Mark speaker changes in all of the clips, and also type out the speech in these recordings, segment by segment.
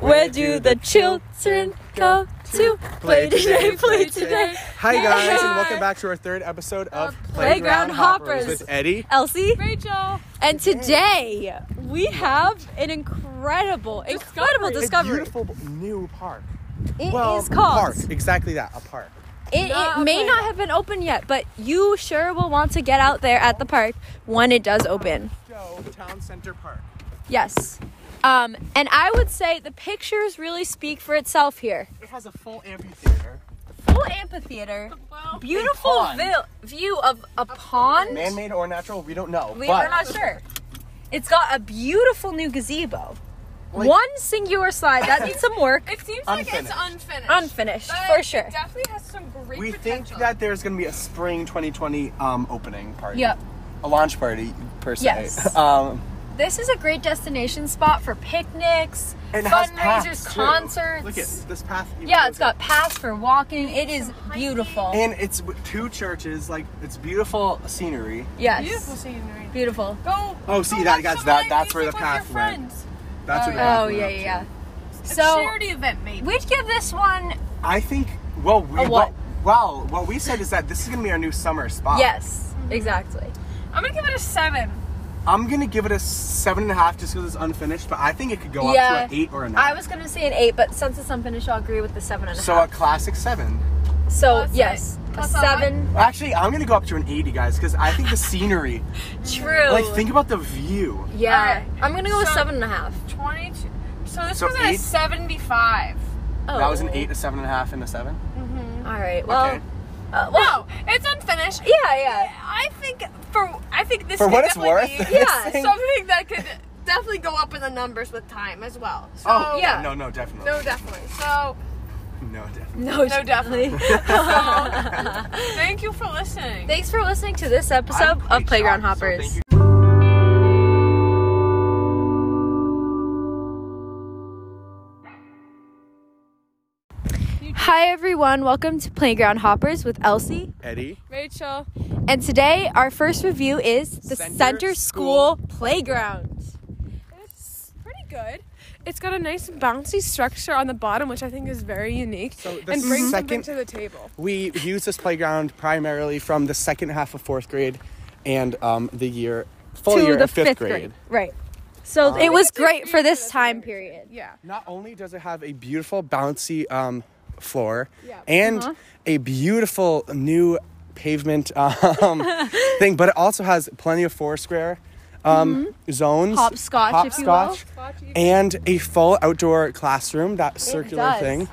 Speaker 1: where do the children go to? Play today, play today.
Speaker 2: Hi guys, and
Speaker 1: Hi.
Speaker 2: welcome back to our third episode of
Speaker 1: Uh, Playground Hoppers.
Speaker 2: with Eddie.
Speaker 1: Elsie,
Speaker 3: Rachel,
Speaker 1: and today we have an incredible, incredible
Speaker 2: A
Speaker 1: discovery.
Speaker 2: beautiful new park.
Speaker 1: It
Speaker 2: well,
Speaker 1: is called.
Speaker 2: park. Exactly that, a park.
Speaker 1: It,
Speaker 3: Not
Speaker 1: it
Speaker 3: a
Speaker 1: may
Speaker 3: playground.
Speaker 1: not have been open yet, but you sure will want to get out there at the park when it does open.
Speaker 2: Joe Town Center Park.
Speaker 1: Yes. Um, and I would say the pictures really speak for itself here.
Speaker 2: It has a full amphitheater,
Speaker 1: Full amphitheater,
Speaker 3: well,
Speaker 1: beautiful
Speaker 2: pond.
Speaker 1: vil- view of a pond.
Speaker 2: man-made or natural, we don't know.
Speaker 1: We
Speaker 2: but
Speaker 1: are not sure. It's got a beautiful new gazebo.
Speaker 2: Like-
Speaker 1: One singular slide that needs some work.
Speaker 3: it seems like
Speaker 2: Unfinished.
Speaker 3: it's unfinished.
Speaker 1: Unfinished,
Speaker 3: but
Speaker 1: for sure.
Speaker 3: It definitely has some great
Speaker 2: we
Speaker 3: potential.
Speaker 2: think that there's going to be a spring 2020 um, opening party.
Speaker 1: Yep.
Speaker 2: A launch party per se.
Speaker 1: Yes.
Speaker 2: um,
Speaker 1: This is a great destination spot for picnics,
Speaker 2: and it has paths,
Speaker 1: fundraisers,
Speaker 2: too.
Speaker 1: concerts.
Speaker 2: Look at this path. even
Speaker 1: Yeah, it's
Speaker 2: goes
Speaker 1: got paths for walking. It is beautiful.
Speaker 2: And it's w- two churches, like it's beautiful scenery.
Speaker 3: beautiful
Speaker 1: Yes.
Speaker 3: scenery.
Speaker 1: Beautiful.
Speaker 3: Go.
Speaker 2: Oh, see,
Speaker 3: go
Speaker 2: that-
Speaker 3: watch
Speaker 2: that's-
Speaker 3: some
Speaker 2: that-
Speaker 3: live
Speaker 2: that's where the
Speaker 3: music with your
Speaker 2: path went.
Speaker 3: friends.
Speaker 2: That's
Speaker 3: Oh,
Speaker 2: what
Speaker 1: Oh,
Speaker 2: we're
Speaker 1: yeah,
Speaker 2: up to.
Speaker 1: yeah, yeah.
Speaker 3: a
Speaker 1: So,
Speaker 3: charity event, maybe.
Speaker 1: we'd give this one,
Speaker 2: I think. Well, we,
Speaker 1: A what?
Speaker 2: well, what we said is that this is gonna be our new summer spot.
Speaker 1: yes, exactly.
Speaker 3: I'm gonna give it a seven.
Speaker 2: I'm gonna give it a seven and a half just because it's unfinished, but I think it could go
Speaker 1: Yeah.
Speaker 2: up to an eight or a nine.
Speaker 1: I was gonna say an eight, but since it's unfinished, I'll agree with the seven and a half.
Speaker 2: so a classic seven.
Speaker 1: So
Speaker 3: Plus
Speaker 1: yes,
Speaker 3: eight.
Speaker 1: a
Speaker 3: Plus a
Speaker 1: seven.
Speaker 2: Actually, I'm gonna go up to an eighty, guys, because I think the scenery.
Speaker 1: True.
Speaker 2: like, think about the view.
Speaker 1: yeah,
Speaker 3: Alright.
Speaker 1: I'm gonna go with
Speaker 3: So-
Speaker 1: seven and a half.
Speaker 3: Twenty-two. So this
Speaker 2: So
Speaker 3: was
Speaker 2: eight?
Speaker 3: a seventy-five.
Speaker 1: Oh.
Speaker 2: That was an eight, a seven and a half, and a seven.
Speaker 1: All right. Well.
Speaker 2: Okay.
Speaker 1: Uh, well.
Speaker 3: No, it's unfinished.
Speaker 1: Yeah, yeah.
Speaker 3: I think for I think this
Speaker 2: For
Speaker 3: could
Speaker 2: what it's
Speaker 3: definitely
Speaker 2: worth,
Speaker 3: be
Speaker 1: Yeah. this thing-
Speaker 3: something that could definitely go up in the numbers with time as well. So,
Speaker 2: Oh
Speaker 1: yeah.
Speaker 2: No, no, definitely.
Speaker 3: No, definitely. So,
Speaker 2: No, definitely.
Speaker 1: No.
Speaker 3: no, definitely. so, thank you for listening.
Speaker 1: Thanks for listening to this
Speaker 2: I'm
Speaker 1: episode of
Speaker 2: quite
Speaker 1: Playground
Speaker 2: shocked, so thank
Speaker 1: Hoppers.
Speaker 2: you
Speaker 1: Hi everyone. Welcome to Playground Hoppers with Elsie.
Speaker 2: Eddie.
Speaker 3: Rachel.
Speaker 1: And today our first review is the
Speaker 2: Center
Speaker 1: Center,
Speaker 2: School
Speaker 1: School Playground.
Speaker 4: It's pretty good. It's got a nice bouncy structure on the bottom, which I think is very unique
Speaker 2: So the
Speaker 4: and brings
Speaker 2: second-
Speaker 4: something to the table.
Speaker 2: We use this playground primarily from the second half of fourth grade and um, the year full
Speaker 1: to
Speaker 2: year
Speaker 1: the
Speaker 2: of fifth, grade. Um,
Speaker 1: Right. So it was great for this
Speaker 4: That's
Speaker 1: time
Speaker 4: amazing.
Speaker 1: period.
Speaker 4: Yeah.
Speaker 2: Not only does it have a beautiful bouncy um, floor
Speaker 4: Yeah.
Speaker 2: and
Speaker 1: Uh-huh.
Speaker 2: a beautiful new pavement um, thing, but it also has plenty of foursquare um,
Speaker 1: Mm-hmm.
Speaker 2: zones,
Speaker 1: Hopscotch, if you will.
Speaker 2: hopscotch, and a full outdoor classroom. That circular
Speaker 1: does.
Speaker 2: thing.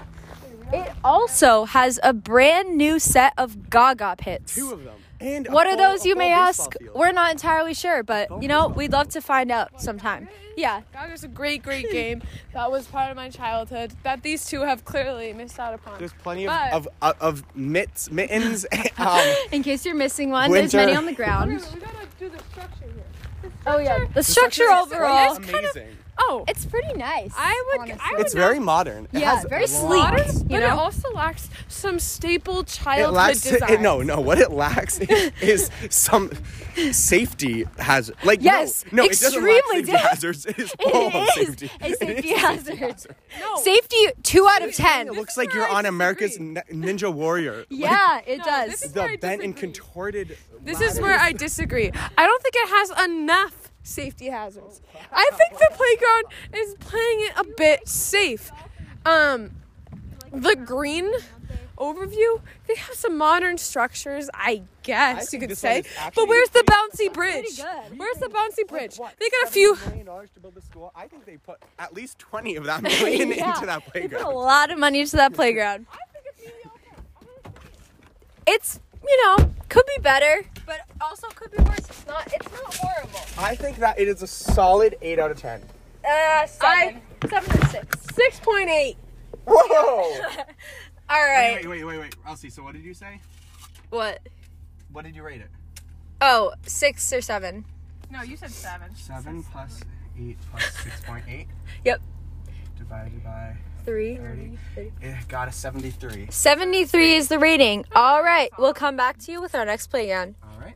Speaker 1: It also has a brand new set of Gaga pits.
Speaker 2: Two of them. And a
Speaker 1: What are
Speaker 2: full- a
Speaker 1: those, you
Speaker 2: full
Speaker 1: may
Speaker 2: baseball
Speaker 1: ask?
Speaker 2: field.
Speaker 1: We're not entirely sure, but
Speaker 2: full
Speaker 1: you know,
Speaker 2: baseball
Speaker 1: we'd love to find out sometime. Yeah.
Speaker 4: That was a great, great game. That was part of my childhood that these two have clearly missed out upon.
Speaker 2: There's plenty of,
Speaker 4: But-
Speaker 2: of, of, of mitts, mittens. um,
Speaker 1: In case you're missing one,
Speaker 2: there's
Speaker 1: there's
Speaker 2: Winter.
Speaker 1: many
Speaker 2: many
Speaker 1: on
Speaker 2: on
Speaker 1: the ground.
Speaker 4: Wait, wait, we gotta do the structure here.
Speaker 1: Oh yeah. The
Speaker 2: structure
Speaker 1: structure overall,
Speaker 2: amazing.
Speaker 4: Oh,
Speaker 1: it's pretty nice.
Speaker 4: I would- I
Speaker 1: honestly.
Speaker 4: would-
Speaker 2: it's very modern. It
Speaker 1: Yeah,
Speaker 2: has
Speaker 1: very
Speaker 2: lots-
Speaker 1: sleek.
Speaker 4: modern,
Speaker 1: you
Speaker 4: but it
Speaker 1: know?
Speaker 4: also lacks some staple
Speaker 2: It
Speaker 4: childhood
Speaker 2: lacks.
Speaker 4: design.
Speaker 2: It, no, no. What it lacks is some safety hazard. Like no,
Speaker 1: Yes,
Speaker 2: no, it doesn't lack
Speaker 1: extremely
Speaker 2: safety
Speaker 1: di-
Speaker 2: hazards. It is full
Speaker 1: it
Speaker 2: of
Speaker 1: is
Speaker 2: safety.
Speaker 1: a
Speaker 2: It
Speaker 1: safety
Speaker 2: is-
Speaker 1: hazard.
Speaker 4: No.
Speaker 1: Safety two out of ten.
Speaker 2: It looks
Speaker 4: is
Speaker 2: like
Speaker 4: where
Speaker 2: you're
Speaker 4: I
Speaker 2: on America's
Speaker 4: disagree.
Speaker 2: Ni- Ninja Warrior.
Speaker 1: Yeah, it
Speaker 4: No, this
Speaker 1: does.
Speaker 4: is-
Speaker 2: The
Speaker 4: where I
Speaker 2: bent and
Speaker 4: disagree.
Speaker 2: contorted.
Speaker 4: This is where I disagree. I don't think it has enough safety hazards. I think the playground is playing it a bit safe. Um, the green overview, they have some modern structures, I guess
Speaker 2: think
Speaker 4: you could
Speaker 2: this one
Speaker 4: say.
Speaker 2: is actually
Speaker 4: But where's the
Speaker 1: pretty
Speaker 4: bouncy bridge?
Speaker 1: good.
Speaker 4: Where's the bouncy bridge? They got a few.
Speaker 2: dollars to build the school. I think they put at least twenty of that million
Speaker 1: Yeah,
Speaker 2: into that
Speaker 1: They put a
Speaker 2: playground.
Speaker 1: lot of money into that playground. It's you know could be better, but also could be worse. It's not. It's not horrible.
Speaker 2: I think that it is a solid eight out of ten.
Speaker 1: Uh, seven. seven or six. Six point eight.
Speaker 2: Whoa!
Speaker 1: All right.
Speaker 2: Wait, wait, wait, wait, Elsie. So what did you say?
Speaker 1: What?
Speaker 2: What did you rate it?
Speaker 1: Oh, six or seven.
Speaker 3: No, you said seven.
Speaker 2: Seven plus eight plus six point eight
Speaker 1: Yep.
Speaker 2: divided by
Speaker 1: Three.
Speaker 2: thirty. It got a seventy-three.
Speaker 1: 73 is the rating. All right. We'll come back to you with our next playground.
Speaker 2: All right.